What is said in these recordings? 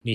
你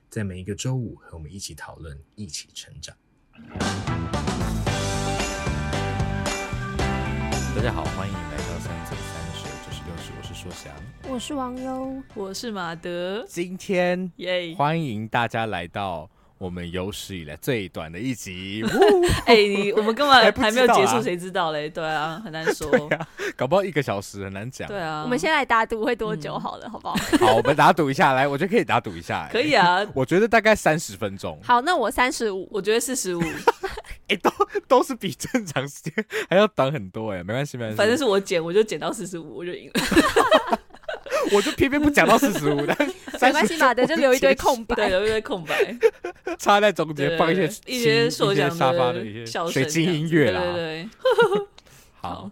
在每一个周五和我们一起讨论，一起成长。大家好，欢迎来到三嘴三舌九十六尺，我是硕翔。我是王优，我是马德，今天耶！欢迎大家来到我们有史以来最短的一 集，哎、你我们根 本还不还没有知道结啊束，谁知道嘞？对啊，很难 说。搞不好一个小时很难讲。对，啊，我们先来打赌会多久好了，好不好？ 好，我们打赌一下，来，我觉得可以打赌一下、哎可以，啊。我觉得大概三十分钟，好，那我三十五，我觉得四 十五，哎、都都是比正常时间还要短很多、哎，没关系，没关系，反正是我减，我就减到四十五，我就赢了。我就偏偏不讲到四十五，但没关系，马德就留一堆空对，白。有一堆空白， 插在中间对放一些一些轻硕一些奖沙发的一些笑声水晶这样音子乐啦，对对好，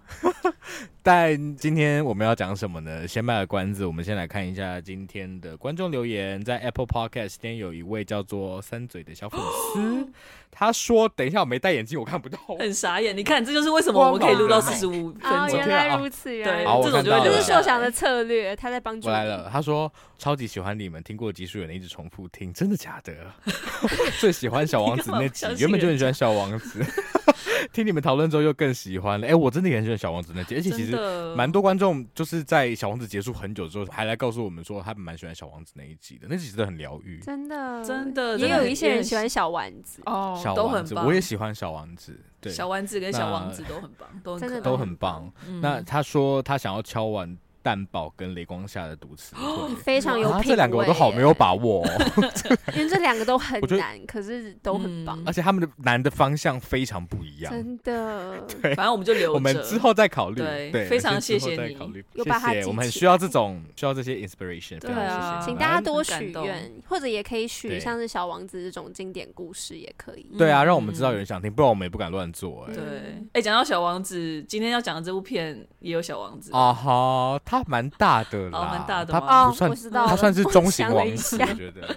但今天我们要讲什么呢？先卖个关子，我们先来看一下今天的观众留言。在 Apple Podcast，今天有一位叫做三嘴的小粉 丝，他说：“等一下，我没戴眼镜，我看不 到。对，很傻眼。你看，这就是为什么我们可以录到四十五哦，分我钟原。来如此，原来对，好我如此这种就会看到留这了是下来硕翔的策略，他在帮”助我你。来了，他说：“超级喜欢你们，听过集数也能一直重复听，真的假的？最喜欢小王子那集你干嘛不相，信原本就很喜欢小王子，听你们讨论之后又更喜欢了。哎、我真的也很喜欢小王子那集，而且其真实的蛮多观众就是在小王子结束很久之后，还来告诉我们说他们蛮喜欢小王子那一集的，那集真的很疗愈。真的，真的也真的有一些也人很喜欢小丸子，哦，小都王很子，棒。我也喜欢小王子，对，小丸子跟小那王子都很棒，都很真的可都爱很棒。嗯那他说他想要敲完蛋堡跟雷光下的毒词哦会，非常有品啊味。这两个我都好没有，把握、哦，因为这两个都很我觉得难，可是都很棒嗯，而且他们的难的方向非常不一样。真的。反正我们就留着。我们之后再考虑，对对，非常之后谢谢再你考虑又把它谢谢，记我们很起需要来这种需要这些 inspiration，对非常啊谢谢请你大家们多很感许动愿，或者也可以许对像是小王子这种经典故事，也可以。对啊，嗯让我们知道有人想听，不然我们也不敢乱做、哎。嗯对，哎、讲到小王子，今天要讲的这部片也有小王子啊哈，他蛮大的啦，哦蛮大的他吗哦不算我知道他了算是我中型想了王一子，下我觉得。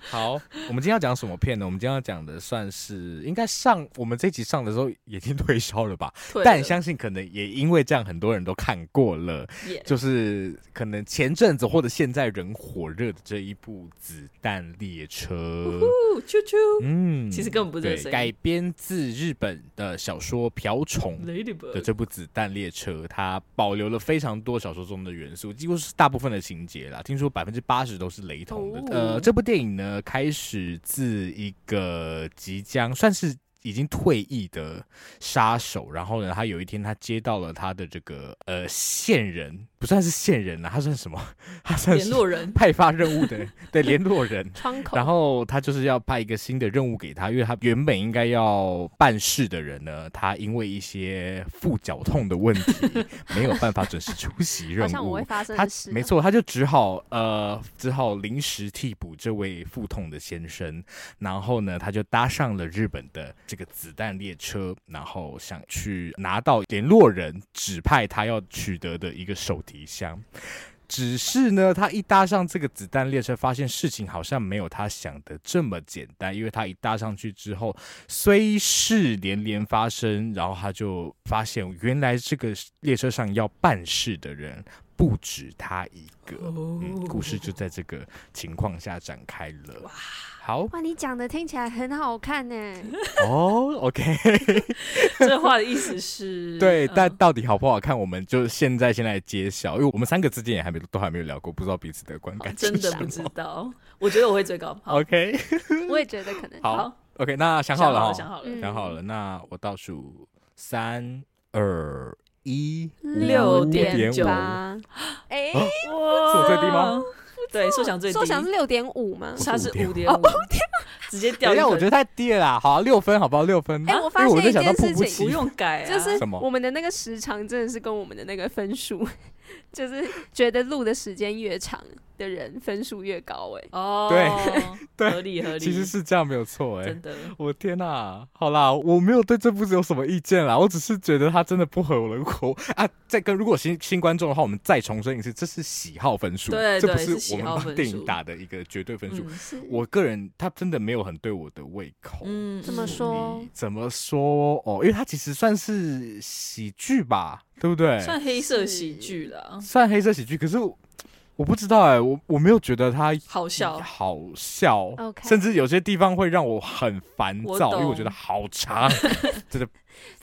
好，我们今天要讲什么片呢？我们今天要讲的算是应该上我们这集上的时候已经 退烧了吧，退了但相信可能也因为这样，很多人都看过了，耶就是可能前阵子或者现在人火热的这一部《子弹列车》。哦啾啾嗯，其实根本不是这个对声音改编自日本的小说《瓢虫》的 Ladybug，这部《子弹列车》，它保留了非常多小说中的元素，几乎是大部分的情节啦。听说百分之八十都是雷同的。哦呃，这部电影呢，开始自一个即将算是。已经退役的杀手，然后呢，他有一天他接到了他的这个呃线人，不算是线人啦，他算什么？ 他算 联是络人，派发任务的对联络人，窗口然后他就是要派一个新的任务给他，因为他原本应该要办事的人呢，他因为一些腹绞痛的 问题，没有办法准时出席任好像我务会。发生他的事，没错，他就只好呃，只好临时替补这位腹痛的先生。然后呢，他就搭上了日本的这个子弹列车，然后想去拿到联络人指派他要取得的一个手提箱。只是呢，他一搭上这个子弹列车，发现事情好像没有他想的这么简单。因为他一搭上去之后，虽事连连发生，然后他就发现原来这个列车上要办事的人不止他一个。哦嗯，故事就在这个情况下展开了。 好哇，你讲的听起来很好看呢。哦，OK，这话的意思是，对，嗯但到底好不好看，我们就现在先来揭晓，因为我们三个之间也还没都还没有聊过，不知道彼此的观好感。真的不知道，我觉得我会最高。好， OK， 我也觉得可能好好 OK，那想好想了好哦，了，想好了，嗯想好了，那我倒数三二一，六点点五哦九八，哎，哇是我最低吗？对，硕翔最低，说想是哦六点五吗？它是5.5五点五，直接等掉一一下，分。我觉得太低了啦，好啊，六分好不好？六分。啊哎因为我发现在一想到件迫事不情及不用改啊，就是什么我们的那个时长真的是跟我们的那个分数， 就是觉得录的时间越长的人分数越高哎、哦， 对合理合理，其实是这样没有错哎、真的。我天呐、好啦，我没有对这部子有什么意见啦，我只是觉得它真的不合我的口啊。再跟如果新新观众的话，我们再重申一次，这是喜好分数，对这不对是是喜我们好帮分电影数打的一个绝对分数。嗯我个人他真的没有很对我的胃口，嗯，这么嗯说你怎么说哦？因为它其实算是喜剧吧，对不对？算黑色喜剧了，算黑色喜剧，可是我我不知道哎、我我没有觉得它好笑。好笑 OK 甚至有些地方会让我很烦我躁，因为我懂觉得好 长，真的不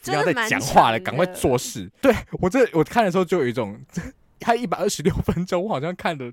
真要的再蛮讲话了，长赶快的做事。对我这我看的时候就有一种， 它一百二十六分钟，我好像看了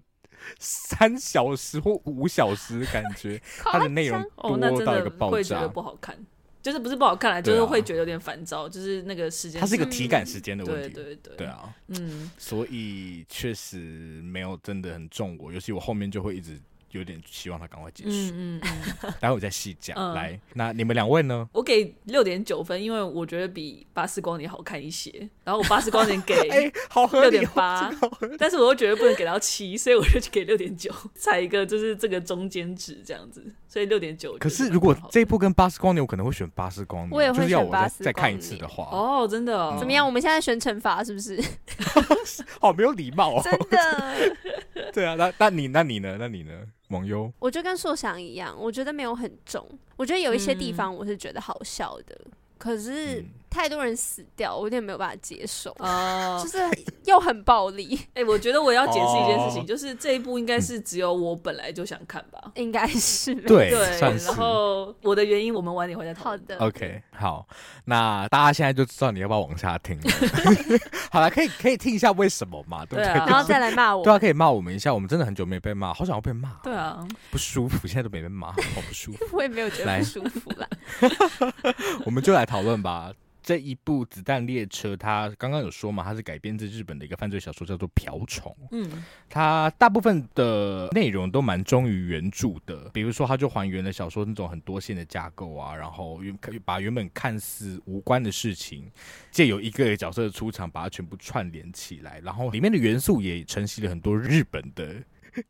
三小时或五小时的感 觉，它的内容哦，多那真到一个的爆会觉炸。得不好看，就是不是不好看啦，对啊就是会觉得有点烦躁，就是那个时间。它是一个体感时间的问嗯对题，对对，对，啊，嗯，所以确实没有真的很中我，尤其我后面就会一直有点希望它赶快结束。嗯嗯嗯，待会儿再细讲。嗯来，那你们两位呢？我给六点九分，因为我觉得比《巴斯光年》好看一些，然后我《巴斯 光年》给哎好六点八，但是我又觉得不能给到七，所以我就给六点九， 踩一个就是这个中间值这样子，所以六点九。可是如果这一部跟《巴斯光年》，我可能会选《巴斯光年》，我也会就是要我选巴再斯光年再看一次的话，哦，哦，真的哦怎么样？我们现在选惩罚是不是？好没有礼貌哦。 真的， 对啊，那那你那你呢？那你呢？网友我就跟硕翔一样，我觉得没有很重。我觉得有一些地方我是觉得好笑的，可是嗯太多人死掉，我有点没有办法接受，哦就，是又很暴力， 哎、我觉得我要解释一件事哦情，就是这一部应该是只有我本来就想看吧。应该哎是没对对，算是然后我的原因我们晚点回来讨好论。的。 OK 好，那大家现在就知道你要不要往下听了。好了，可以可以听一下为什么嘛，对不对对？啊，然后再来骂我对。啊，可以骂我们一下，我们真的很久没被骂，好想要被骂，对啊，不舒服，现在都没被骂，好不舒服。我也没有觉得来不舒服啦。我们就来讨论吧。这一部《子弹列车》，它刚刚有说嘛，它是改编自日本的一个犯罪小说，叫做《瓢虫》。嗯，它大部分的内容都蛮忠于原著的，比如说它就还原了小说那种很多线的架构啊，然后原把原本看似无关的事情，借由一个角色的出场，把它全部串联起来，然后里面的元素也承袭了很多日本的。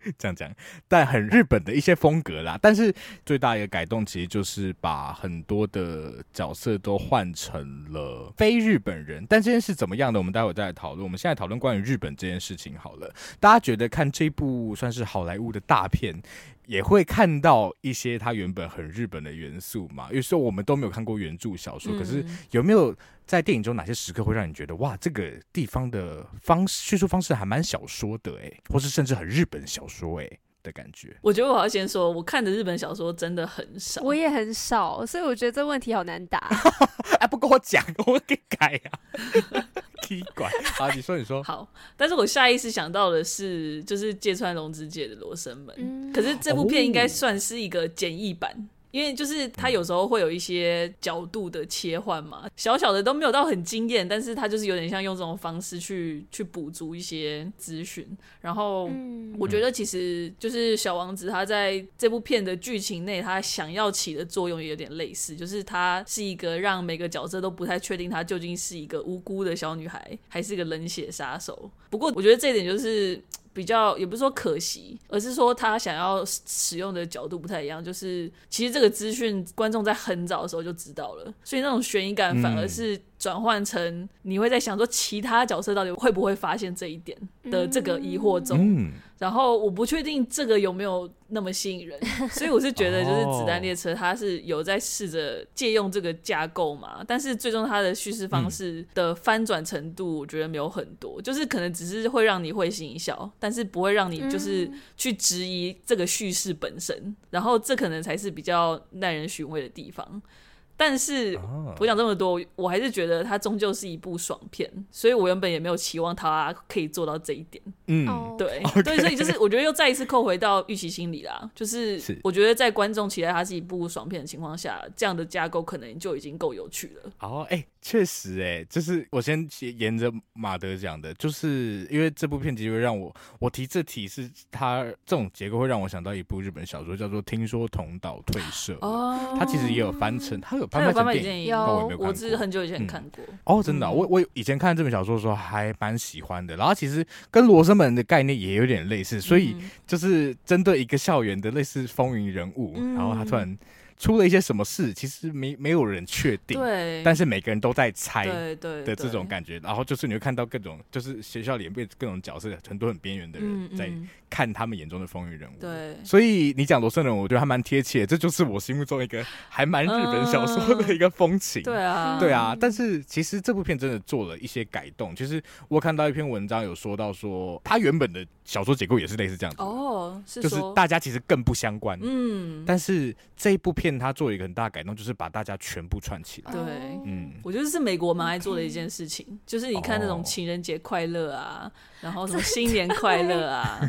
这样讲，但很日本的一些风格啦。但是最大一个改动其实就是把很多的角色都换成了非日本人。但这件事怎么样呢？我们待会再来讨论。我们现在讨论关于日本这件事情好了。大家觉得看这部算是好莱坞的大片，也会看到一些它原本很日本的元素嘛？有时候我们都没有看过原著小说，可是有没有在电影中哪些时刻会让你觉得哇，这个地方的方式叙述方式还蛮小说的哎、或是甚至很日本小说哎、的感觉？我觉得我要先说，我看的日本小说真的很少。我也很少，所以我觉得这问题好难答。哎，不跟我讲，我给改 啊，奇怪啊！你说，你说，好，但是我下意识想到的是，就是芥川龙之介的《罗生门》嗯可是这部片应该哦算是一个简易版。因为就是它有时候会有一些角度的切换嘛，小小的都没有到很惊艳，但是它就是有点像用这种方式去去补足一些资讯。然后嗯，我觉得其实就是小王子他在这部片的剧情内，他想要起的作用也有点类似，就是他是一个让每个角色都不太确定他究竟是一个无辜的小女孩，还是一个冷血杀手。不过我觉得这一点就是。比较也不是说可惜，而是说他想要使用的角度不太一样。就是其实这个资讯观众在很早的时候就知道了，所以那种悬疑感反而嗯是转换成你会在想说其他角色到底会不会发现这一点的这个疑惑中。嗯，然后我不确定这个有没有那么吸引人，所以我是觉得就是《子哦弹列车》它是有在试着借用这个架构嘛，但是最终它的叙事方式的翻转程度，我觉得没有很多，就是可能只是会让你会心一笑，但是不会让你就是去质疑这个叙事本身，然后这可能才是比较耐人寻味的地方。但是啊我讲这么多，我还是觉得它终究是一部爽片，所以我原本也没有期望它可以做到这一点。嗯，哦，对对，所以就是我觉得又再一次扣回到预期心理啦，就是是我觉得在观众期待它是一部爽片的情况下，这样的架构可能就已经够有趣了。哦，哎、确实、哎，就是我先沿着马德讲的，就是因为这部片集会让我，我提这题是它这种结构会让我想到一部日本小说，叫做《听说同岛退社》，哦它其实也有翻成，它有翻它拍有翻成拍电影。电影，有但我也没有看我是过很久以前嗯看过。哦，真的啊、我我以前看这本小说的时候还蛮喜欢的，然后其实跟《罗生门》的概念也有点类似，所以嗯就是针对一个校园的类似风云人物，嗯然后他突然出了一些什么事，其实没没有人确定，对，但是每个人都在猜对对的这种感觉，然后就是你会看到各种就是学校里面各种角色，很多很边缘的觉人在看他们眼中的风云人物。嗯对。所以你讲罗生门，我觉得还蛮贴切，这就是我心目中一个还蛮日本小说的一个风情。对啊，对啊，但是其实这部片真的做了一些改动。其实我看到一篇文章有说到说，它原本的小说结构也是类似这样子的，哦，是就是说，大家其实更不相关。嗯，但是这一部片它做了一个很大的改动，就是把大家全部串起哦来。 哦对。嗯，我觉得是美国蛮爱做的一件事情就是你看那哦种情人节快乐啊然后什么新年快乐啊，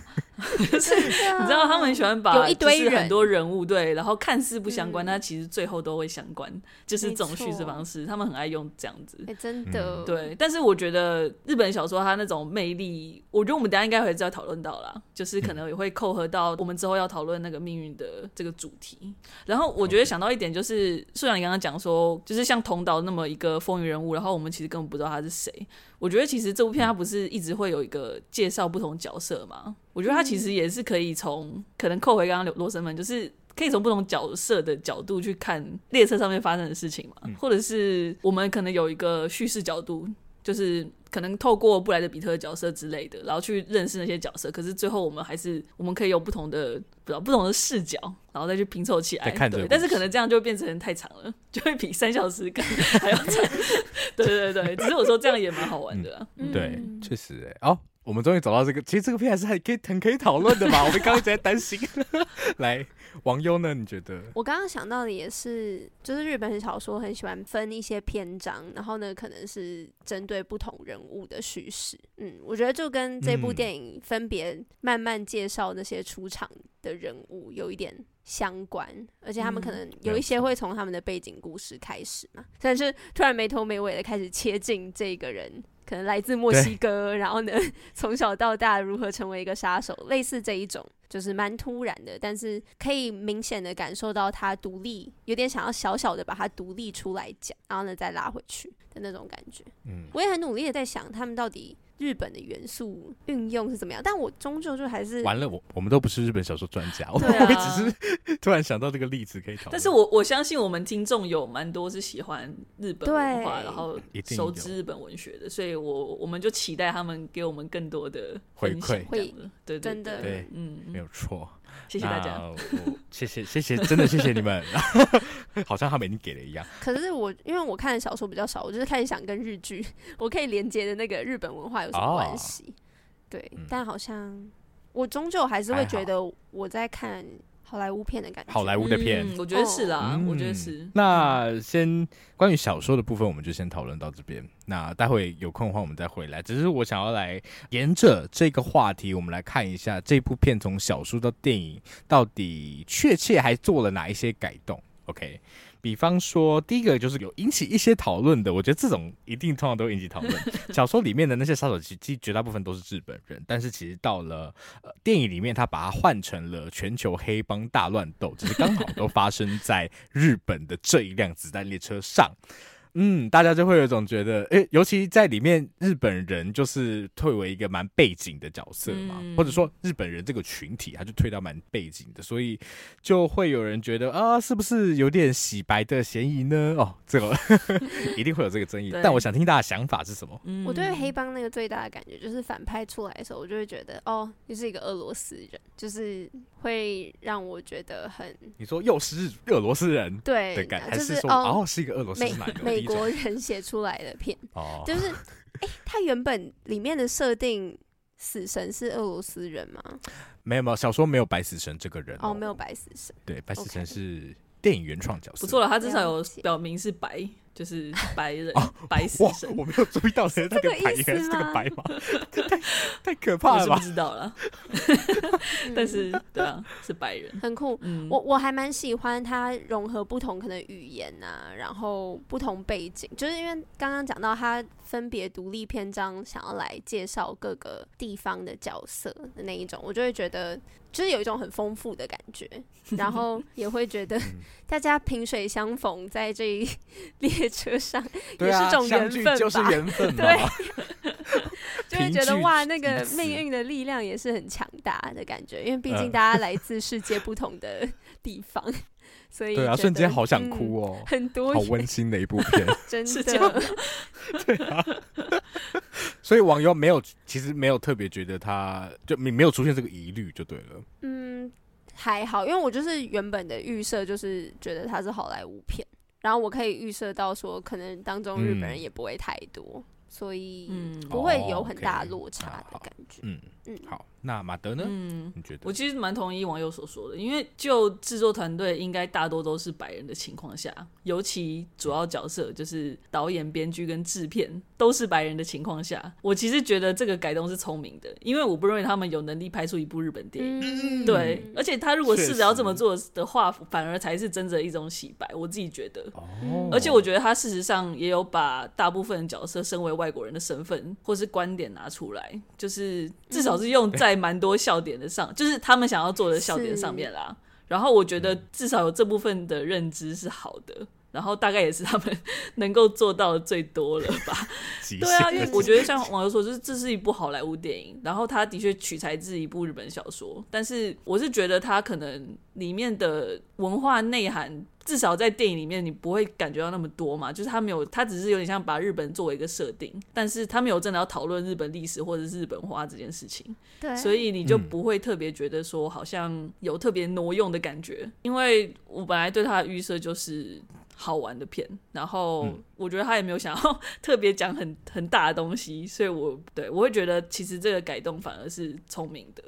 就是你知道他们很喜欢把有一堆就是人很多人物对，然后看似不相嗯关，但其实最后都会相关，就是这种没错叙事方式，他们很爱用这样子。哎、真的，嗯对，但是我觉得日本小说它那种魅力，我觉得我们等一下应该会再讨论到啦，就是可能也会扣合到我们之后要讨论那个命运的这个主题。然后我觉得想到一点就是，虽然你刚刚讲说，就是像同岛那么一个风云人物，然后我们其实根本不知道他是谁。我觉得其实这部片它不是一直会有一个介绍不同角色嘛？我觉得它其实也是可以从可能扣回刚刚罗罗生门，就是可以从不同角色的角度去看列车上面发生的事情嘛，嗯或者是我们可能有一个叙事角度，就是可能透过布莱德比特的角色之类的，然后去认识那些角色。可是最后我们还是我们可以有不同的不知道不同的视角，然后再去拼凑起来再。看这对个，但是可能这样就会变成太长了， 就会比三小时感还要长。对对对，只是我说这样也蛮好玩的嗯啊、嗯对，确实、欸。哦，我们终于找到这个，其实这个片还是还可以很可以讨论 的嘛。我们刚刚一直在担心。来，王优呢？你觉得？我刚刚想到的也是，就是日本小说很喜欢分一些篇章，然后呢，可能是针对不同人物的叙事。嗯，我觉得就跟这部嗯电影分别慢慢介绍那些出场的人物有一点相关，而且他们可嗯能没有一些错会从他们的背景故事开始嘛，但是突然没头没尾的开始切进这个人。可能来自墨对西哥，然后呢，从小到大如何成为一个杀手，类似这一种，就是蛮突然的，但是可以明显的感受到他独立，有点想要小小的把它独立出来讲，然后呢再拉回去的那种感觉。嗯，我也很努力的在想，他们到底日本的元素运用是怎么样，但我终究就还是完了，我我们都不是日本小说专家，我对啊们只是 突然想到这个例子可以讨论。但是我我相信我们听众有蛮多是喜欢日本文化，对然后一定有熟知日本文学的，所以我我们就期待他们给我们更多的分享回馈这样的对对真的对嗯，没有错，谢谢大家那。我。谢谢谢谢，真的谢谢你们， 好像他们已经给了一样。可是我因为我看的小说比较少，我就是开始想跟日剧，我可以连接的那个日本文化有什么关系？对，哦嗯但好像我终究还是会还好觉得我在看好莱坞片的感觉。好莱坞的片，嗯我觉得是啦，嗯我觉得是。那先关于小说的部分，我们就先讨论到这边。那待会有空的话，我们再回来。只是我想要来沿着这个话题，我们来看一下这部片从小说到电影到底确切还做了哪一些改动。OK，比方说第一个就是有引起一些讨论的，我觉得这种一定通常都会引起讨论。小说里面的那些杀手其实绝大部分都是日本人，但是其实到了呃电影里面，他把它换成了全球黑帮大乱斗，只是刚好都发生在日本的这一辆子弹列车上。嗯，大家就会有一种觉得，诶、尤其在里面，日本人就是退为一个蛮背景的角色嘛，嗯或者说日本人这个群体，他就退到蛮背景的，所以就会有人觉得啊，是不是有点洗白的嫌疑呢？哦，这 个一定会有这个争议对。但我想听大家想法是什么？嗯我对黑帮那个最大的感觉就是反派出来的时候，我就会觉得哦，你是一个俄罗斯人，就是会让我觉得很你说又是日俄罗斯人对的感，，就还是说哦，哦是一个俄罗斯美人买的第美一种国人写出来的片，哦，就是哎、他原本里面的设定。死神是俄罗斯人吗？哦没有没有小说没有白死神这个人哦，没有白死神。对白死神 OK 是电影原创角色。不错了，他至少有了解表明是白，就是白人哦，白死哇神，，我没有注意到谁那这个个白意人思是这个吗白马，这太太可我怕了是不吧？知道了，嗯但是对啊，是白人，很酷。嗯，我我还蛮喜欢它融合不同可能语言呐、然后不同背景，就是因为刚刚讲到它分别独立篇章想要来介绍各个地方的角色的那一种，我就会觉得就是有一种很丰富的感 觉，然后也会觉得嗯 大家萍水相逢在这一 列车上，对也是啊，种相缘聚分就是吧缘分嘛。 对就会觉凭 得据哇，那个一词命运的力量也是很强大的感觉，因为毕竟嗯大家来自世界不同的地方， 所以对啊，觉瞬间得好想嗯哭哦，很多好元温馨的一部 片。真是这样的，啊所以网友没有，其实没有特别觉得他就没没有出现这个疑虑就对了。嗯，还好，因为我就是原本的预设就是觉得它是好莱坞片，然后我可以预设到说，可能当中日本人嗯也不会太多，所以嗯不会哦有很，OK，大落差那的好感觉。嗯嗯好，那马德呢？嗯。你觉得我？其实蛮同意网友所说的，因为就制作团队应该大多都是白人的情况下，尤其主要角色就是导演、编剧跟制片都是白人的情况下，我其实觉得这个改动是聪明的，因为我不认为他们有能力拍出一部日本电影。嗯对，而且他如果确试着要这么实做的话，反而才是真的一种洗白。我自己觉得，哦而且我觉得他事实上也有把大部分角色身为外国人的身份或是观点拿出来，就是至少是用在蛮多笑点的上， 就是他们想要做的笑点上面啦。然后我觉得至少有这部分的认知是好的，然后大概也是他们 能够做到的最多了吧。极对啊，限因为我觉得像网友说，就是这是一部好莱坞电影，然后它的确取材自一部日本小说，但是我是觉得它可能里面的文化内涵，至少在电影里面你不会感觉到那么多嘛，就是它没有，它只是有点像把日本作为一个设定，但是它没有真的要讨论日本历史或者是日本化这件事情。对，所以你就嗯不会特别觉得说好像有特别挪用的感觉，因为我本来对他的预设就是好玩的片，然后嗯我觉得他也没有想要 特别讲很很大的东西，所以我对我会觉得其实这个改动反而是聪明的，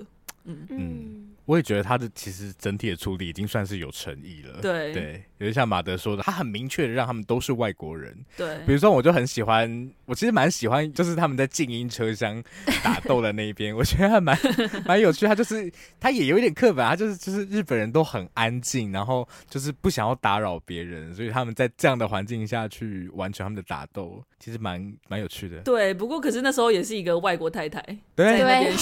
嗯，我也觉得他的其实整体的处理已经算是有诚意了。对呃对，有点像马德说的，他很明确的让他们都是外国人。对比，如说，我就很喜欢，我其实蛮喜欢，就是他们在静音车 厢打斗的那一边，我觉得还蛮蛮有趣。他就是他也有一点刻板，他就是就是日本人都很安静，然后就是不想要打扰别人，所以他们在这样的环境下去完成他们的打斗，其实蛮蛮有趣的。对，不过可是那时候也是一个外国太太，在对那边对，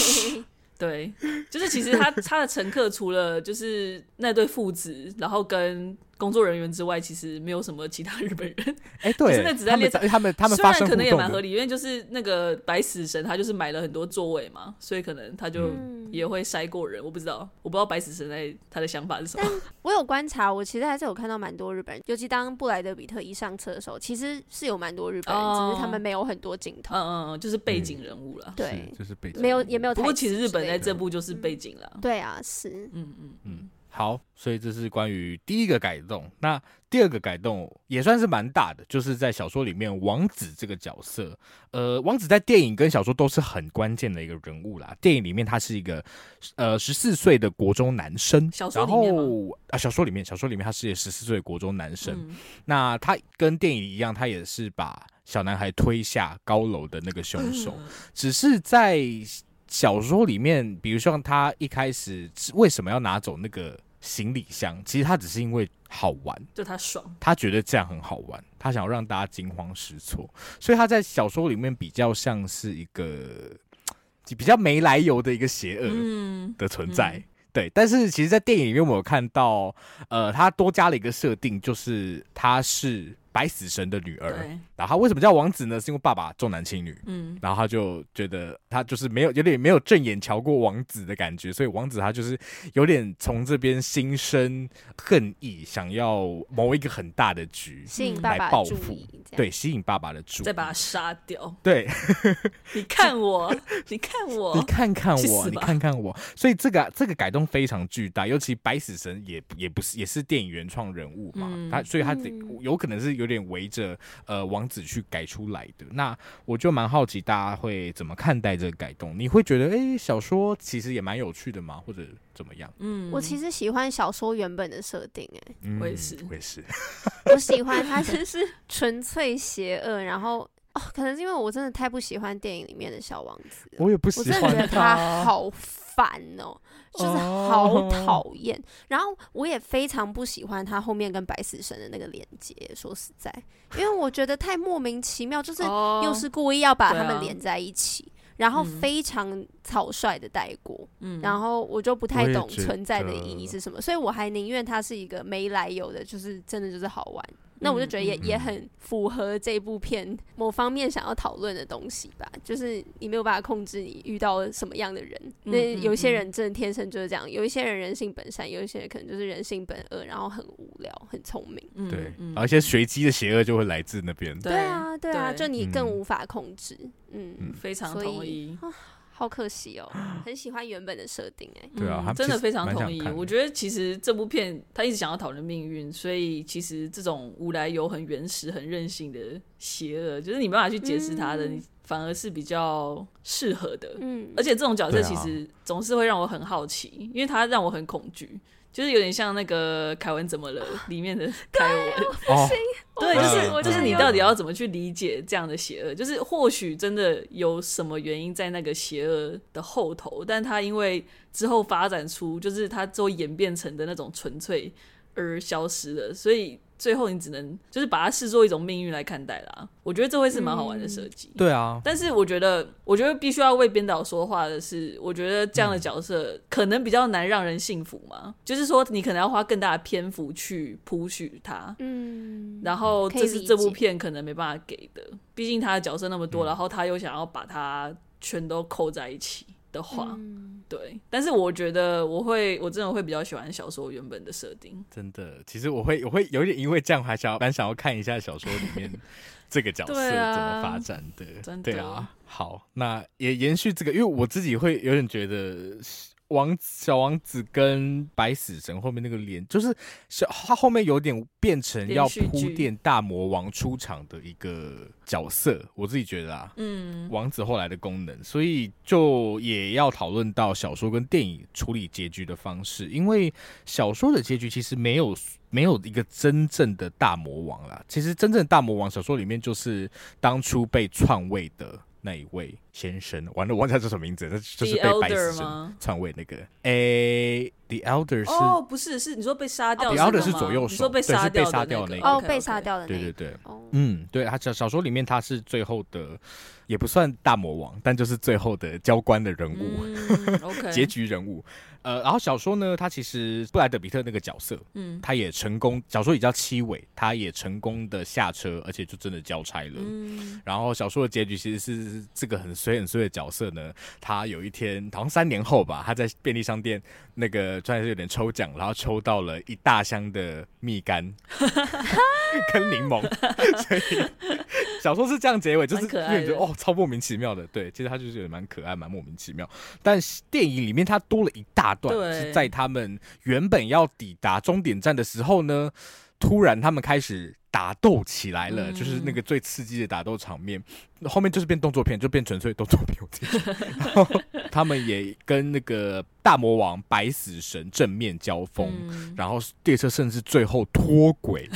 对，就是其实 他他的乘客除了就是那对父子，然后跟工作人员之外，其实没有什么其他日本人。哎，对，是那只在他们列在他们他们虽发然生可互能也动蛮的合理，因为就是那个白死神他就是买了很多座位嘛，所以可能他就 嗯也会筛过人。我不知道，我不知道白死神在他的想法是什么。我有观察，我其实还是有看到蛮多日本人，尤其当布莱德比特一上车的时候，其实是有蛮多日本人，只哦是他们没有很多镜头，嗯嗯，嗯就是背景人物啦。对是，就是被没有也没有台不词之类的。过其实日本在这部就是嗯背景啦。对啊，是嗯嗯嗯，好，所以这是关于第一个改动。那第二个改动也算是蛮大的，就是在小说里面，王子这个角色，呃，王子在电影跟小说都是很关键的一个人物啦。电影里面他是一个呃十四岁的国中男生，小说然里面吗后啊，小说里面，小说里面他是十四岁的国中男生。嗯那他跟电影一样，他也是把小男孩推下高楼的那个凶手，只是在小说里面，比如像他一开始为什么要拿走那个行李箱，其实他只是因为好玩，就他爽。他觉得这样很好玩，他想要让大家惊慌失措，所以他在小说里面比较像是一个比较没来由的一个邪恶。嗯，的存在。嗯对，但是其实，在电影里面我有看到，呃，他多加了一个设定，就是她是白死神的女儿。对，然后她为什么叫王子呢？是因为爸爸重男轻女。嗯然后他就觉得他就是没有有点没有正眼瞧过王子的感觉，所以王子他就是有点从这边心生恨意，想要谋一个很大的局，吸引嗯爸来爸报的注复意，这样对，吸引爸爸的注意。再把他杀掉。对，你看我，你看 我你，看看哦去我，死你吧看看我，所以这个啊这个改动非常巨大，尤其白死神也也不是也是电影原创人物嘛，嗯他所以他得、嗯有可能是有点围着呃王子去改出来的。那我就蛮好奇大家会怎么看待这个改动？你会觉得哎、诶小说其实也蛮有趣的吗？或者怎么样？嗯，我其实喜欢小说原本的设定、欸，嗯我也是我也是。我喜欢它就是纯粹邪恶，然后哦，可能是因为我真的太不喜欢电影里面的小王子了， 我也不我喜真的觉得欢啊他好烦哦、就是好哦讨厌。然后我也非常不喜欢他后面跟白死神的那个连接，说实在，因为我觉得太莫名其妙，就是哦又是故意要把对他啊们连在一起。然后嗯非常草率的带过，嗯然后我就不我太也懂觉存在的意义得是什么，所以我还宁愿它是一个没来由的，就是真的就是好玩。那我就觉得也、嗯嗯也很符合这部片某方面想要讨论的东西吧，就是你没有办法控制你遇到什么样的人。嗯那嗯有一些嗯人真的天生就是这样，有一些人人性本善，有一些人可能就是人性本恶，然后很无聊、很聪明。嗯对，嗯然后一些随机的邪恶就会来自那边。对啊，对啊，对就你更嗯无法控制。嗯，嗯非常所同以意。好可惜哦，很喜欢原本的设定哎、对啊嗯他们真其的实非常蛮同想意看。我的觉得其实这部片他一直想要讨论命运，所以其实这种无来由、很原始、很任性的邪恶，就是你没办法去解释他的，嗯你反而是比较适合的。嗯，而且这种角对色啊其实总是会让我很好奇，因为他让我很恐惧，就是有点像那个凯文怎么了里面的凯文。 哦，对，我就是嗯我就是真的你有到底要怎么去理解这样的邪恶？就是或许真的有什么原因在那个邪恶的后头，但他因为之后发展出，就是他之后演变成的那种纯粹而消失了，所以最后你只能就是把它视作一种命运来看待啦。我觉得这会是蛮好玩的设计。对啊，但是我觉得，我觉得必须要为编导说话的是，我觉得这样的角色可能比较难让人信服嘛，就是说你可能要花更大的篇幅去铺叙他，嗯，然后可以这是理这部解片可能没办法给的，毕竟他的角色那么嗯多，然后他又想要把它全都扣在一起的话，嗯对。但是我觉得我会，我真的会比较喜欢小说原本的设定。真的，其实我会我会有点因为这样，还想要蛮想要看一下小说里 面这个角色对怎啊么发展的。真的对啊，好，那也延续这个，因为我自己会有点觉得。王小王子跟白死神后面那个连，就是小他后面有点变成要连续剧铺垫大魔王出场的一个角色，我自己觉得啊，嗯，王子后来的功能，所以就也要讨论到小说跟电影处理结局的方式，因为小说的结局其实没有没有一个真正的大魔王啦。其实真正的大魔王，小说里面就是当初被篡位的那一位先生，完了我忘记他叫什么名字，那就是 The 被白 Elder 死神吗篡位那个。诶、t h e Elder 是、啊哦，不是，是你说被杀掉哦的比奥那个德吗，是左右手你说被对杀是被掉杀的掉那那个个哦， OK，OK 被杀掉的那对一对个对。哦，嗯，对他小小说里面他是最后的，也不算大魔王，但就是最后的交官的人物。嗯 ，OK，结局人物。呃，然后小说呢，它其实布莱德比特那个角色，嗯他也成功，小说也叫七尾，他也成功的下车，而且就真的交差了。嗯然后小说的结局其实是这个很衰很衰的角色呢，他有一天好像三年后吧，他在便利商店那个算是有点抽奖，然后抽到了一大箱的蜜 柑跟柠檬，所以小说是这样结尾，就是蛮可让爱的人觉得哦超莫名其妙的，对，其实他就是有点蛮可爱蛮莫名其妙，但是电影里面他多了一大段对是在他们原本要抵达终点站的时候呢，突然他们开始打斗起来了，嗯就是那个最刺激的打斗场面。后面就是变动作片，就变纯粹动作片。我自己 觉得然后他们也跟那个大魔王白死神正面交锋，嗯然后列车甚至最后脱 轨，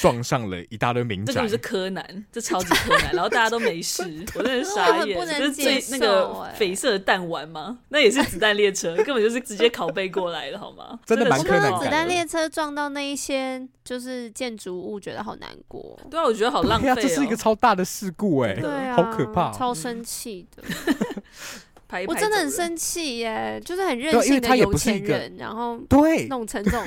撞上了一大堆民这宅个。是柯南，这超级柯南，然后大家都 没事，我真的是傻眼，我很不能就是最接受那个哎绯色的弹丸吗？那也是子弹列车，根 本就是直接拷贝过来的好吗？真的蛮我是柯看南到感的子弹列车撞到那一些就是建筑物，觉得好难过。对啊，我觉得好浪费对哦、啊，这是一个超大的事故哎、真的对啊，好可怕哦嗯超生气的，拍一拍我真的很走人生气耶！就是很任对啊因为性他的也有不是一钱个人，然后对弄成 这种，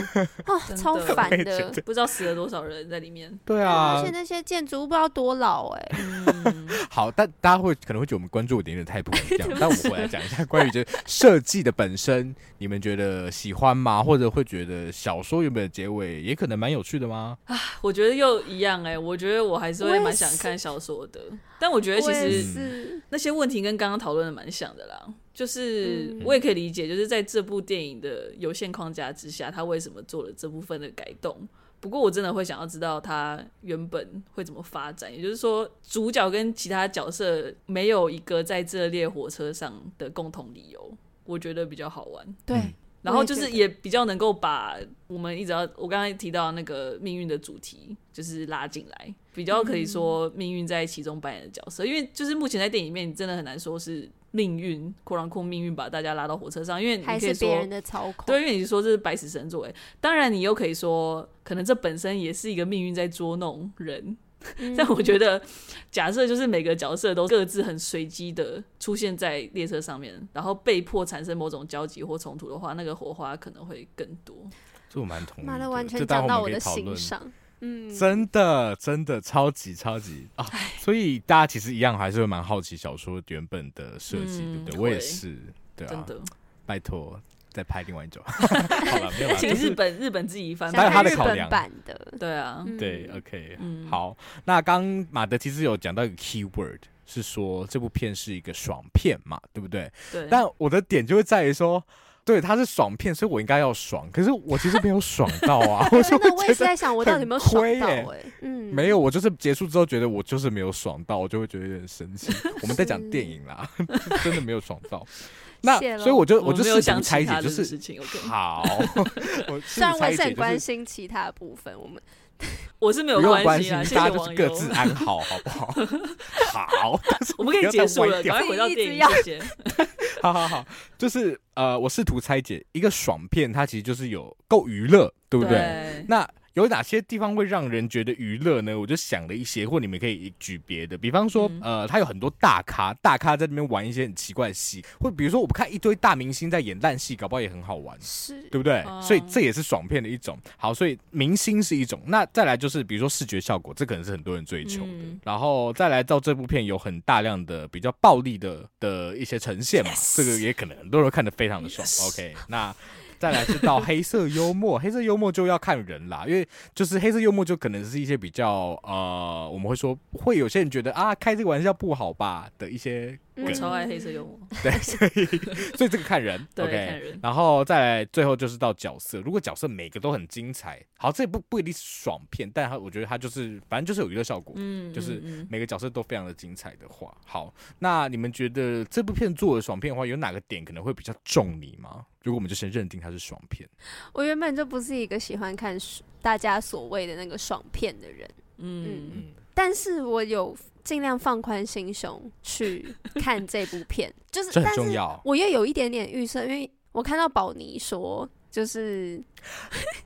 哦，真的超烦我也觉的得。不知道死了多少人在里面。对而啊且，那些建筑物不知道多老哎，嗯，好，但大家会可能会觉得我们关注的点有点太不一样，但我们来讲一下关于这设计的本身，你们觉得喜欢吗？或者会觉得小说原本的结尾也可能蛮有趣的吗？我觉得又一样哎、我觉得我还是我会也蛮想是看小说的，但我觉得其我也实嗯是，那些问题跟刚刚讨论的蛮像的啦，就是嗯我也可以理解，就是在这部电影的有限框架之下，他为什么做了这部分的改动，不过我真的会想要知道他原本会怎么发展，也就是说，主角跟其他角色没有一个在这列火车上的共同理由，我觉得比较好玩。对，然后就是我也觉得也比较能够把我们一直要我刚才提到那个命运的主题，就是拉进来，比较可以说命运在其中扮演的角色，因为就是目前在电影里面，你真的很难说是命运（括然括命运）把大家拉到火车上，因为你还可是以别说人。的操控。对，因为你说这是白死神作为，哎当然你又可以说，可能这本身也是一个命运在捉弄人。嗯， 但我觉得，假设就是每个角色都各自很随机的出现在列车上面，然后被迫产生某种交集或冲突的话，那个火花可能会更多。 这我蛮同意的。妈的，完这嗯全待讲会到们我可以的讨心论上。嗯，真的，真的超级超级啊！所以大家其实一样还是会蛮好奇小说原本的设计，对嗯不对？我也会是，对真啊，的，拜托再拍另外一种，好了， 没有了，请啊就日是本日本自己翻当然想他看拍。的日考本量版的，对啊，嗯对，OK，呃嗯好。那刚马德其实有讲到一个 key word，是说这部片是一个爽片嘛，对不对？对。但我的点就会在于说，对，它是爽片，所以我应该要爽，可是我其实没有爽到 啊，我就真会的，我也觉是得在想，我到底有没有很爽亏到？耶哎，嗯，没有，我就是结束之后觉得我就是没有爽到，我就会觉得有点生 气。我们在讲电影啦，真的没有爽到。那谢咯所以我就我就没有试图想拆其解，他就的是事情。OK，好，我试虽然图我拆也是解很就关是心其他部分，我们我是没有不用关系心啊，，谢大谢家就网是友各。自安好，好不好？ 好，我们可以不要结再束了，歪掉赶快回到自己一电直影，要谢谢。 好好好，就是呃，我试图拆解一个爽片，它其实就是有够娱乐，对不对？对？那有哪些地方会让人觉得娱乐呢？我就想了一些，或你们可以举别的，比方说，嗯呃，他有很多大咖，大咖在那边玩一些很奇怪的戏，或比如说，我们看一堆大明星在演烂戏，搞不好也很好玩。是对不对？哦所以这也是爽片的一种。好，所以明星是一种。那再来就是，比如说视觉效果，这可能是很多人追求的。嗯然后再来到这部片有很大量的比较暴力的的一些呈现嘛 Yes 这个也可能很多人看得非常的爽。OK，那。再来是到黑色幽默， 黑色幽默就要看人啦，因为就是黑色幽默就可能是一些比较呃，我们会说会有些人觉得啊开这个玩笑不好吧的一些嗯梗我，超爱黑色幽默， 对，所以所以这个看人对 o k 看人然后再来最后就是到角色，如果角色每个都很精彩，好，这也不不一定是爽片，但它我觉得它就是反正就是有娱乐效果，嗯，就是嗯嗯每个角色都非常的精彩的话，好，那你们觉得这部片做的爽片的话，有哪个点可能会比较中你吗？如果我们就先认定它是爽片，我原本就不是一个喜欢看大家所谓的那个爽片的人，嗯嗯，但是我有尽量放宽心胸去看这部片， 就是这很但重是要。我也有一点点预设，因为我看到宝妮说，就是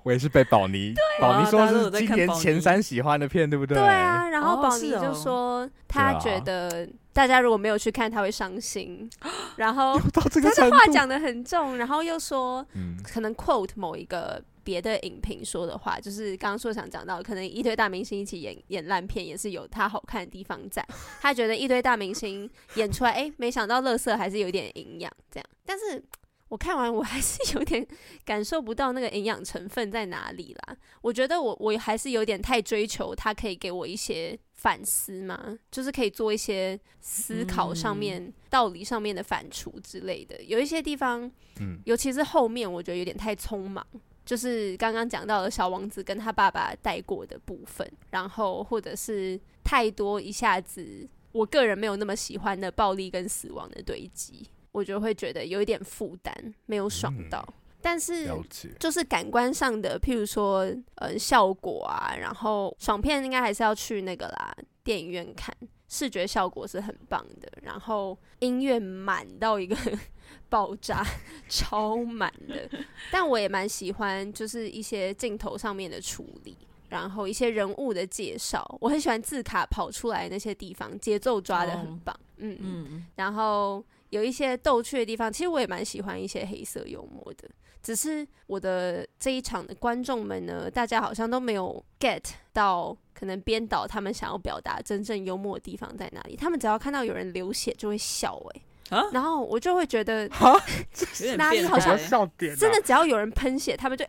我也是被宝妮，宝妮啊大说家都是有在今看年宝妮前三喜欢的片，对不对？对啊，然后哦宝妮是哦就说她对啊觉得大家如果没有去看，她会伤 心，然后有到这个她程的度，话讲的很重，然后又说嗯，可能 quote 某一个别的影评说的话，就是刚刚说想讲到，可能一堆大明星一起演演烂片，也是有它好看的地方在。他觉得一堆大明星演出来，哎、没想到乐色还是有一点营养这样。但是我看完，我还是有点感受不到那个营养成分在哪里啦。我觉得我 我还是有点太追求它可以给我一些反思嘛，就是可以做一些思考上面、道理上面的反刍之类的。有一些地方，嗯尤其是后面，我觉得有点太匆忙。就是刚刚讲到的小王子跟他爸爸带过的部分，然后或者是太多一下子，我个人没有那么喜欢的暴力跟死亡的堆积，我就会觉得有一点负担，没有爽到。但是嗯了解。就是感官上的，譬如说呃效果啊，然后爽片应该还是要去那个啦电影院看，视觉效果是很棒的，然后音乐满到一个 爆炸，超满的。但我也蛮喜欢就是一些镜头上面的处理。然后一些人物的介绍，我很喜欢字卡跑出来那些地方，节奏抓的很哦棒。嗯嗯，嗯，然后有一些逗趣的地方，其实我也蛮喜欢一些黑色幽默的。只是我的这一场的观众们呢，大家好像都没有 get 到，可能编导他们想要表达真正幽默的地方在哪里。他们只要看到有人流血就会笑、哎、啊然后我就会觉得，有点哪里变好像态点啊真的只要有人喷血，他们就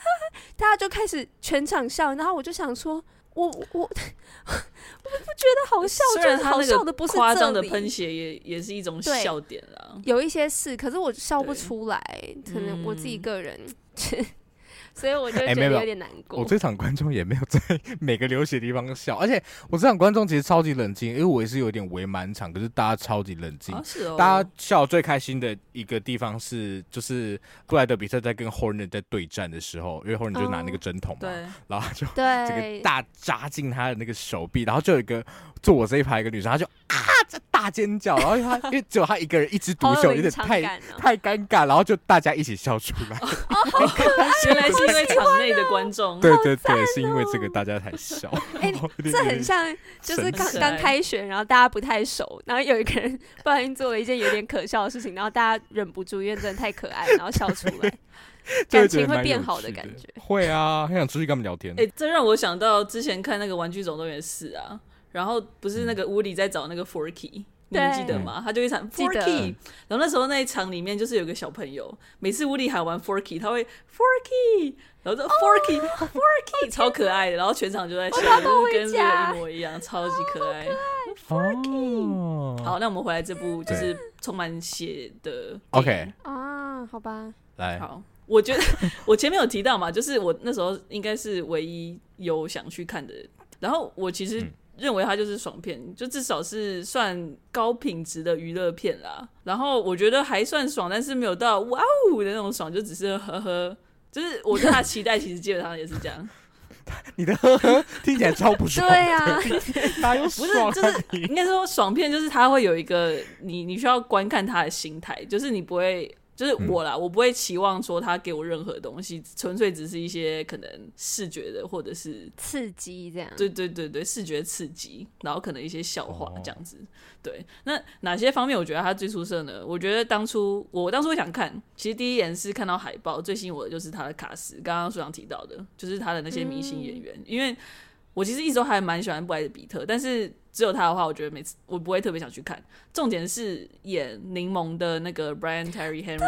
大家就开始全场笑。然后我就想说，我我我 我不觉得好笑，虽就然是他好那笑个的不是夸张这的里喷血也也是一种对笑点啦。有一些是，可是我笑不对出来，可能我自己嗯个人。 所以我就哎觉没有得有点难过。我这场观众也没有在每个流血地方笑，而且我这场观众其实超级冷静，因为我也是有点围满场，可是大家超级冷静啊，。是哦，大家笑最开心的一个地方是，就是布莱德比特在跟 Hornet 在对战的时候，因为 Hornet 就拿那个针筒嘛，对，然后他就这个对，大扎进他的那个手臂，然后就有一个坐我这一排一个女生，她就啊这大尖叫，然后因为她因为只有她一个人一枝独 好秀，有有临点场太感哦。太尴尬，然后就大家一起笑出来。原来是 因为场内的观众，对对对，是因为这个大家才笑。哎我 有点这很像，就是神刚奇刚开学，然后大家不太熟，然后有一个人 不小心做了一件有点可笑的事情，然后大家忍不住，因为真的太可爱，然后笑出来， 就感觉得情会蛮变有好趣的的感 觉。会啊，很想出去跟他们聊天。哎、这让我想到之前看那个《玩具总动员四》啊，然后不是那嗯个乌里在找那个 Forky。你们对记得吗？他就一场记得 Forky，然后那时候那一场里面就是有个小朋友，每次乌里喊完 Forky，他会 Forky，哦然后就 Forky、Forky，超可爱的，然后全场就在笑，就是跟这家个一模一样，超级可爱。哦好，那我们回来这部就对是充满血的电影，OK，啊，好吧，来，好，我觉得我前面有提到嘛，就是我那时候应该是唯一有想去看的。然后我其嗯实认为它就是爽片，就至少是算高品质的娱乐片啦。然后我觉得还算爽，但是没有到哇哦的那种爽，就只是呵呵。就是我对它的期待其实基本上也是这样，你的 呵呵听起来超 不对爽，啊， 哪有不是爽啊？就是应该说爽片就是它会有一个你你需要观看它的心态，就是你不会。就是我啦，我不会期望说它给我任何东西，纯粹只是一些可能视觉的或者是刺激这样。对对对对，视觉刺激，然后可能一些笑话哦这样子。对，那哪些方面我觉得他最出色呢？我觉得当初我当初会想看，其实第一眼是看到海报，最吸引我的就是他的卡斯，刚刚所长提到的，就是他的那些明星演员，因为。我其实一直都还蛮喜欢布莱德比特，但是只有他的话，我觉得每次我不会特别想去看。重点是演柠檬的那个 Brian Terry Henry，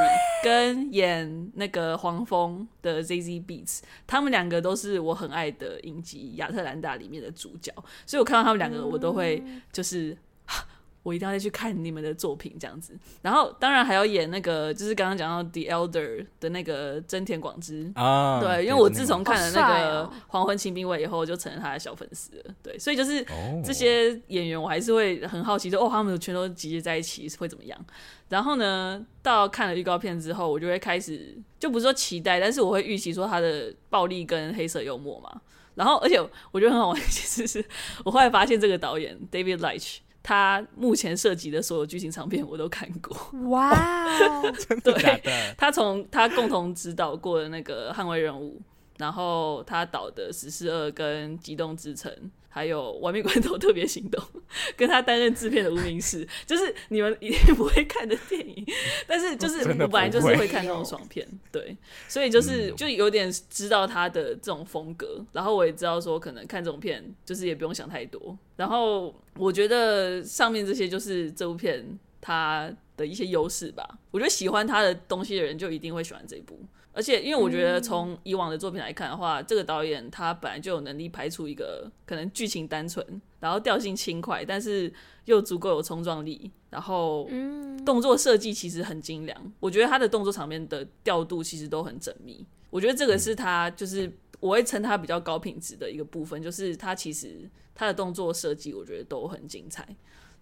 跟演那个黄蜂的 ZZ Beats，他们两个都是我很爱的影集《亚特兰大》里面的主角，所以我看到他们两个，我都会就是。 啊我一定要再去看你们的作品，这样子。然后，当然还要演那个，就是刚刚讲到《The Elder》的那个真田广之， 啊，对，因为我自从看了那好帅个哦《黄昏清兵卫》以后，我就成了他的小粉丝了。对，所以就是哦这些演员，我还是会很好奇说，哦，他们全都集结在一起会怎么样？然后呢，到看了预告片之后，我就会开始，就不是说期待，但是我会预期说他的暴力跟黑色幽默嘛。然后，而且我觉得很好玩，其实是我后来发现这个导演 David Leitch，他目前涉及的所有剧情长片我都看过。哇哦，对对假的，他从他共同指导过的那个《捍卫任务》，然后他导的《十四二》跟《机动之城》，还有《完美关头特别行动》， 跟他担任制片的《无名氏》，就是你们一定不会看的电影，但是就是哦真的我本来就是不会会看这种爽片，对，所以就是就有点知道他的这种风格，然后我也知道说可能看这种片就是也不用想太多，然后我觉得上面这些就是这部片它的一些优势吧。我觉得喜欢他的东西的人就一定会喜欢这一部，而且因为我觉得从以往的作品来看的话，这个导演他本来就有能力拍出一个可能剧情单纯，然后调性轻快，但是又足够有冲撞力，然后嗯，动作设计其实很精良，我觉得他的动作场面的调度其实都很缜密。我觉得这嗯个是他就是我会称他比较高品质的一个部分，就是他其实他的动作设计我觉得都很精彩。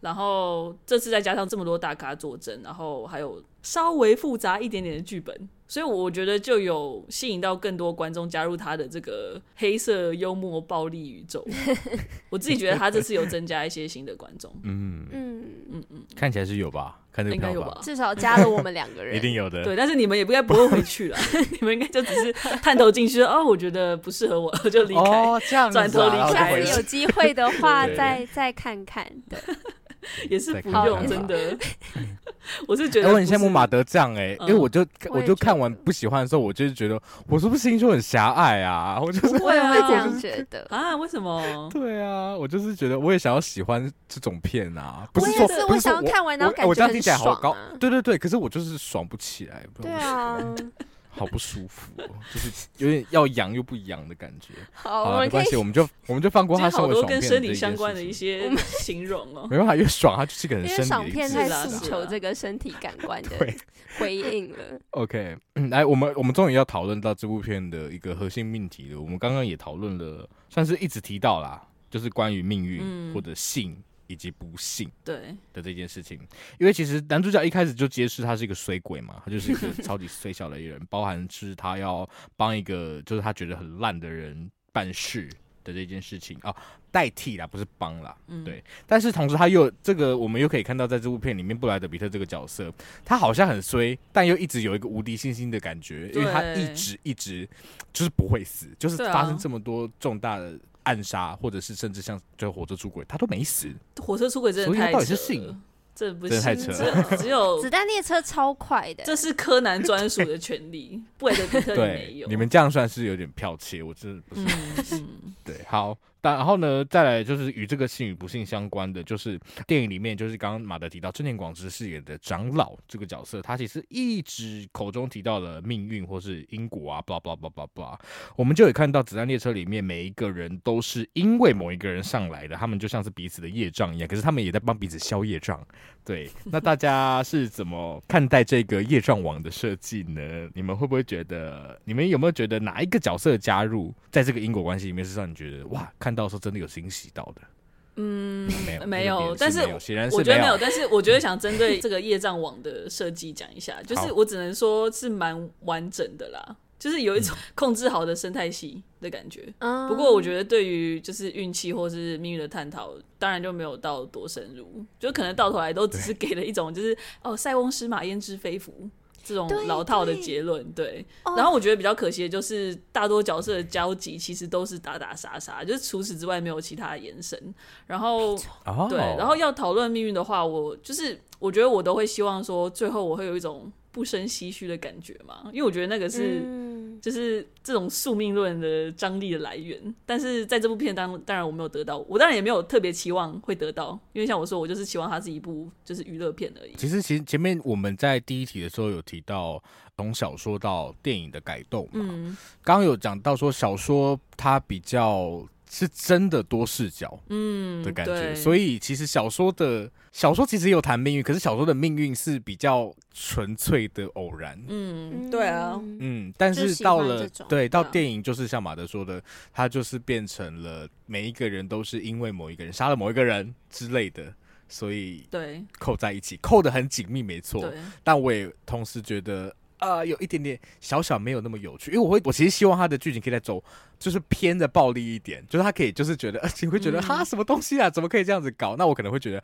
然后这次再加上这么多大咖坐镇，然后还有稍微复杂一点点的剧本，所以我觉得就有吸引到更多观众加入他的这个黑色幽默暴力宇 宙。我自己觉得他这次有增加一些新的观众，嗯，嗯，看起来是有吧？看这个应该票有吧吧，？至少加了我们两个 人，一定有的。对，但是你们也不该不会回去了， 你们应该就只是探头进去，哦，我觉得不适合我，就离开。哦，这样子啊转头离开下我以次为有机会 的话，对再再看看。对，也是不再看用，看真吧的。我是觉哎得我不很是，羡慕马德这样哎、因为嗯我就我我也就觉看得完不喜欢的时候，我就是觉得我是不是心胸很狭隘啊？ 我 就是我也会这我就样觉得。啊，为什么？对啊，我就是觉得我也想要喜欢这种片啊，不我是也说是不是我说想要看完然后我感我这觉样听很起来好爽高啊，对对对，可是我就是爽不起来，不知 对 道为什么啊，好不舒服、哦，就是有点要养又不养的感觉。好，好啊我了，没们可关以系，我们就我们就放过今他天身好为多爽跟片生这理件相关的事一情些形容 哦。没办法，因为爽他就是一个很因生为爽理片的太是啦诉是求啦这个身体感官的对 回应了。 OK，嗯来，我们我们终于要讨论到这部片的一个核心命题了。我们刚刚也讨论了，算是一直提到啦，就是关于命运、嗯或者性以及不幸对，的这件事情。因为其实男主角一开始就揭示他是一个水鬼嘛，他就是一个超级衰小的一个人， 包含是他要帮一个就是他觉得很烂的人办事的这件事情啊，代替啦，不是帮啦。嗯，对但是同时他又这个，我们又可以看到，在这部片里面，布莱德比特这个角色，他好像很衰，但又一直有一个无敌信心的感觉，因为他对一直一直就是不会死，就是对啊发生这么多重大的暗杀，或者是甚至像最后火车出轨，他都没死。火车出轨真所的以他太到底扯是信了，这不真的是太扯了这只有子弹列车超快的，这是柯南专属的权利，布莱德比特也没对有。，你们这样算是有点剽窃，我真的不是嗯嗯，对，好，但然后呢，再来就是与这个性与不幸相关的，就是电影里面就是刚刚马德提到，正田广之饰演的长老这个角色，他其实一直口中提到了命运或是因果啊，blah blah blah blah blah。我们就有看到《子弹列车》里面每一个人都是因为某一个人上来的，他们就像是彼此的业障一样，可是他们也在帮彼此消业障。 对，那大家是怎么看待这个业障网的设计呢？你们会不会觉得，你们有没有觉得哪一个角色的加入在这个因果关系里面是让你觉得哇，看到的时候真的有欣喜到的？嗯，没有，没这有边但是是没有显然我是觉得没没有，。但是我觉得想针对这个业障网的设计讲 一下，就是我只能说是蛮完整的啦，就是有一种嗯控制好的生态系的感觉。嗯不过我觉得对于就是运气或是命运的探讨，当然就没有到多深入，就可能到头来都只是给了一种就是哦塞翁失马焉知非福这种对老套的对结论，对。哦然后我觉得比较可惜的就是，大多角色的交集其实都是打打杀杀，就是除此之外没有其他的延伸。然后哦对，然后要讨论命运的话，我就是我觉得我都会希望说，最后我会有一种不生唏嘘的感觉嘛，因为我觉得那个是。嗯就是这种宿命论的张力的来源，但是在这部片当当然我没有得到，我当然也没有特别期望会得到，因为像我说，我就是期望它是一部就是娱乐片而已。其实前前面我们在第一题的时候有提到从小说到电影的改动嘛，嗯刚刚有讲到说小说它比较是真的多视角，嗯的感觉。对所以其实小说的小说其实也有谈命运，可是小说的命运是比较纯粹的偶然。嗯，对啊，嗯嗯，但就是喜到欢了这种对到对啊电影，就是像马德说的，它就是变成了每一个人都是因为某一个人杀了某一个人之类的，所以对扣在一起，扣得很紧密，没错。对，但我也同时觉得，呃，有一点点小小没有那么有趣，因为我会，我其实希望他的剧情可以再走，就是偏的暴力一点，就是他可以就是觉得，呃，你会觉嗯得、哈什么东西啊，怎么可以这样子搞？那我可能会觉得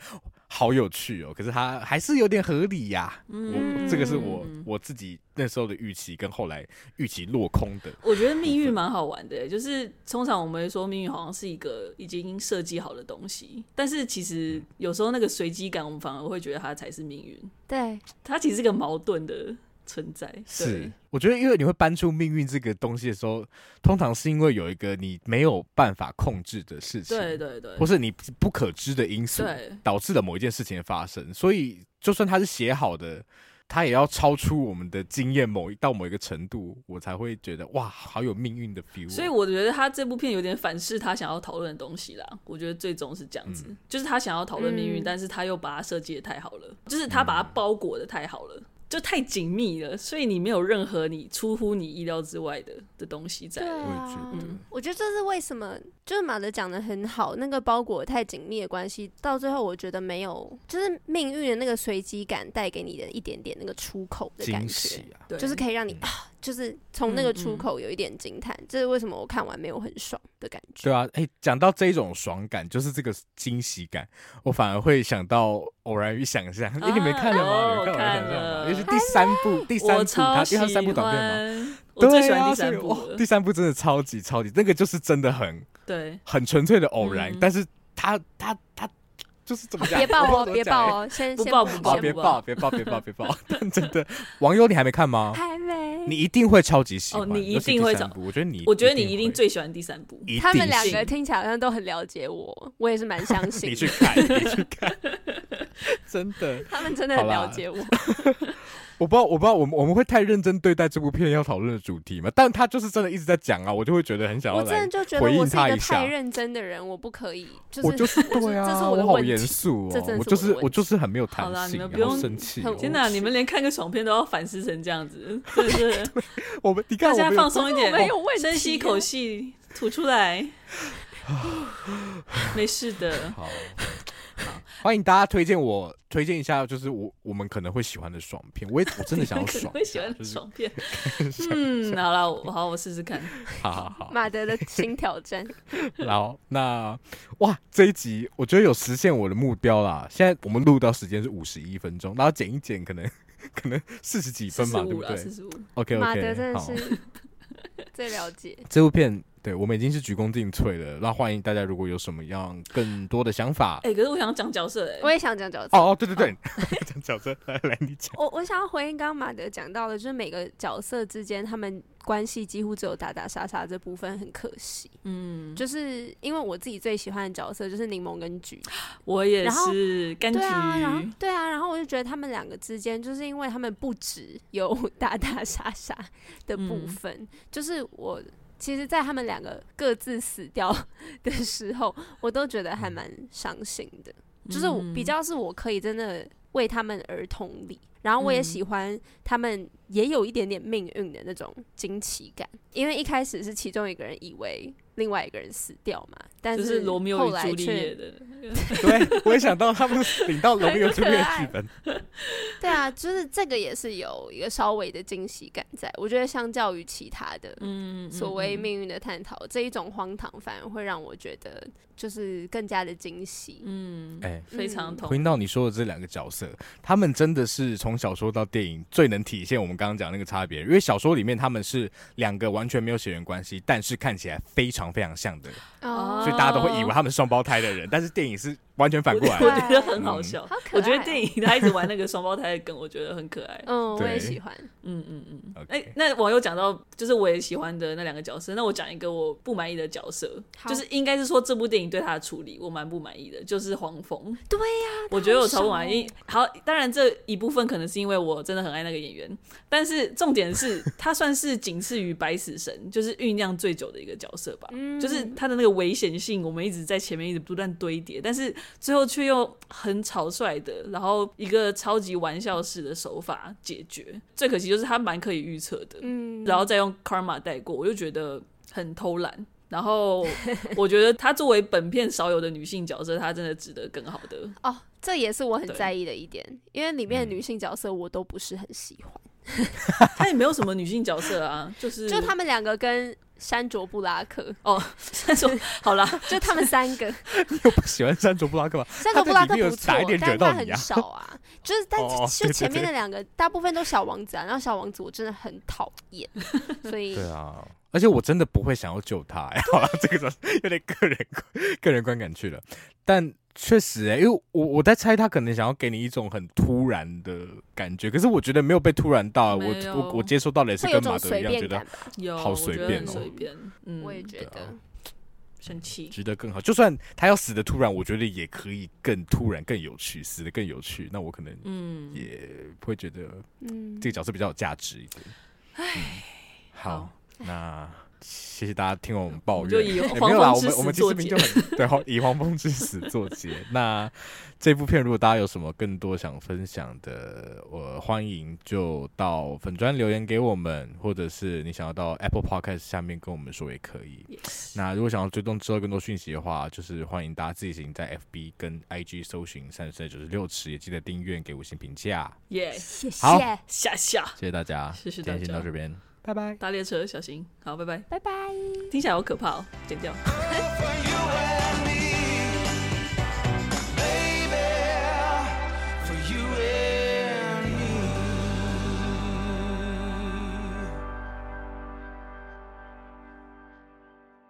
好有趣哦，可是他还是有点合理呀、嗯我这个是我我自己那时候的预期跟后来预期落空的，我觉得命运蛮好玩的欸，就是通常我们会说命运好像是一个已经设计好的东西，但是其实嗯有时候那个随机感，我们反而会觉得它才是命运，对，它其实是个矛盾的存在。对是，我觉得因为你会搬出命运这个东西的时候，通常是因为有一个你没有办法控制的事情，对对对，或是你不可知的因素对导致了某一件事情的发生，所以就算它是写好的，它也要超出我们的经验某一到某一个程度，我才会觉得哇，好有命运的 feel 哦。所以我觉得他这部片有点反噬他想要讨论的东西啦。我觉得最终是这样嗯子，就是他想要讨论命运，嗯但是他又把它设计的太好了，就是他把它包裹的太好了，就太紧密了，所以你没有任何你出乎你意料之外的的东西在 对了。我也觉啊得。嗯我觉得这是为什么，就是马德讲的很好，那个包裹太紧密的关系，到最后我觉得没有，就是命运的那个随机感带给你的一点点那个出口的感惊觉喜，啊！对，就是可以让你、啊，就是从那个出嗯嗯口有一点惊叹，这是为什么我看完没有很爽的感觉。对啊，哎、讲到这种爽感，就是这个惊喜感，我反而会想到《偶然与想象》哎、你们看了吗？啊你们看了我看了吗？尤其第三部，第三我部，它超因为喜它欢是三部短片嘛，我最对喜欢啊第所以三部哇了第三部真的超级超级，那个就是真的很对，很纯粹的偶然，嗯但是他他他就是怎么讲？别爆我哦，不别知道爆哦，先不先先爆不怎么爆讲！别不 爆！别爆！别爆！别爆！ 但真的，网友你还没看吗？还没。你一定会超级喜欢，哦你一尤其定第会三找部我觉得你，我觉得你一定会最喜欢第三部。一定他们两个是听起来好像都很了解我，我也是蛮相信你的。去看，你去看。 真的。他们真的很好啦了解我。我不知道，我不知道，我们我们会太认真对待这部片要讨论的主题吗？但他就是真的一直在讲啊，我就会觉得很想要我真来的就觉得回我应是他一个一下太。认真的人，我不可以，就是我就是对啊，这 是我我的好问严题肃这真哦，的我就是我的我问就是很没有弹好啦你性，们不然后用生气很哦。无天哪，你们连看个爽片都要反思成这样 子，真的是我们你看大我家们放松一点，哦我没有问题深吸一口气，吐出 来，没事的。 好。欢迎大家推荐我推荐一下，就是我我们可能会喜欢的爽片。我也我真的想要可能爽会喜 片啊，欢就是爽片，嗯，好啦，我好，我试试看。好好 好。马德的新挑战。然后那哇，这一集我觉得有实现我的目标啦。现在我们录到时间是五十一分钟，然后剪一剪可能 可能四十几四分十嘛，对五不了，对四十五。 ？OK 马德 OK，真的好，是 最了解。这部片对我们已经是鞠躬尽瘁了。那欢迎大家如果有什么样更多的想法，哎，可是我想讲角色，我哎，也想讲角色，哦哦对对对， 讲角色来来你讲， 我我想要回应刚刚马德讲到的，就是每个角色之间他们关系几乎只有打打杀杀这部分很可惜。嗯，就是因为我自己最喜欢的角色就是柠檬跟橘子，我也然后是柑对啊，然后橘，对啊，然后我就觉得他们两个之间，就是因为他们不止有 打打杀杀的部嗯分，就是我其实，在他们两个各自死掉 的时候，我都觉嗯得还蛮伤心的。就是我比较是我可以真的为他们而同理，然后嗯我也喜欢他们也有一点点命运的那种惊奇感，因为一开始是其中一个人以为另外一个人死掉嘛，但就是罗密欧后与来朱丽叶却的，对我也想到他们领到罗密欧朱丽叶的剧本，对啊，就是这个也是有一个稍微的惊喜感在，我觉得相较于其他的嗯，嗯所谓嗯命运的探讨，这一种荒唐反而会让我觉得就是更加的惊喜。嗯，哎。非常同回到你说的这两个角色，他们真的是从小说到电影最能体现我们刚刚讲那个差别，因为小说里面他们是两个完全没有血缘关系，但是看起来非常非常像的，哦所以大家都会以为他们是双胞胎的人，但是电影是完全反过来我的。觉得很好笑。好可爱哦我觉得电影他一直玩那个双胞胎的梗，我觉得很可爱。嗯，我对也喜欢。嗯嗯嗯。 OK 哎、那网友讲到就是我也喜欢的那两个角色，那我讲一个我不满意的角色，好就是应该是说这部电影对他的处理我蛮不满意的，就是黄蜂。对呀、我觉得我超不他满好意。好，当然这一部分可能是因为我真的很爱那个演员，但是重点是他算是仅次于白死神，就是酝酿最久的一个角色吧。嗯就是他的那个危险性，我们一直在前面一直不断堆叠，但是最后却又很草率的，然后一个超级玩笑式的手法解决。最可惜就是他蛮可以预测的，嗯，然后再用 karma 带过，我就觉得很偷懒。然后我觉得她作为本片少有的女性角色，她真的值得更好的哦，这也是我很对在意的一点，因为里嗯面的女性角色我都不是很喜欢，她也没有什么女性角色啊，就是就他们两个跟山卓布拉克，哦，他说好啦，就他们三个，你 又不喜欢山卓布拉克吗？山卓布拉他在克里面不有错打一点，惹但到他你很啊少啊， 就是但哦对就对前面对那两个大部分都小王子啊，然后小王子我真的很讨厌，所 以对啊，而且我真的不会想要救他、哎， 好了，这个有点个人观个人观感去了，但确实、哎，因为我我在猜他可能想要给你一种很突然的感觉，可是我觉得没有被突然到、没我有我我接收到的也是会有跟种马德随一样，觉便得感吧， 有好我随觉得便很哦随便，嗯，我也觉对啊得，生气。值得更好。就算他要死的突然，我觉得也可以更突然、更有趣，死的更有趣。那我可能嗯，也会觉得嗯这，个角色比较有价值一点。唉，好好，那谢谢大家听我们抱我怨。们就以哎黄没有啦，蜂我之们我们死其实作明结就很对，好以黄蜂之死作结。那这部片如果大家有什么更多想分享的，我、欢迎就到粉砖留言给我们，或者是你想要到 Apple Podcast 下面跟我们说也可以。 Yes 那如果想要追踪知道更多讯息的话，就是欢迎大家自行在 FB 跟 IG 搜寻三十九十六尺，也记得订阅给五星评价。 yes，谢谢，好下下谢谢大家，谢谢今天大先家到这边，拜拜。搭列车小心，好，拜拜。拜拜。听起来好可怕哦，剪掉。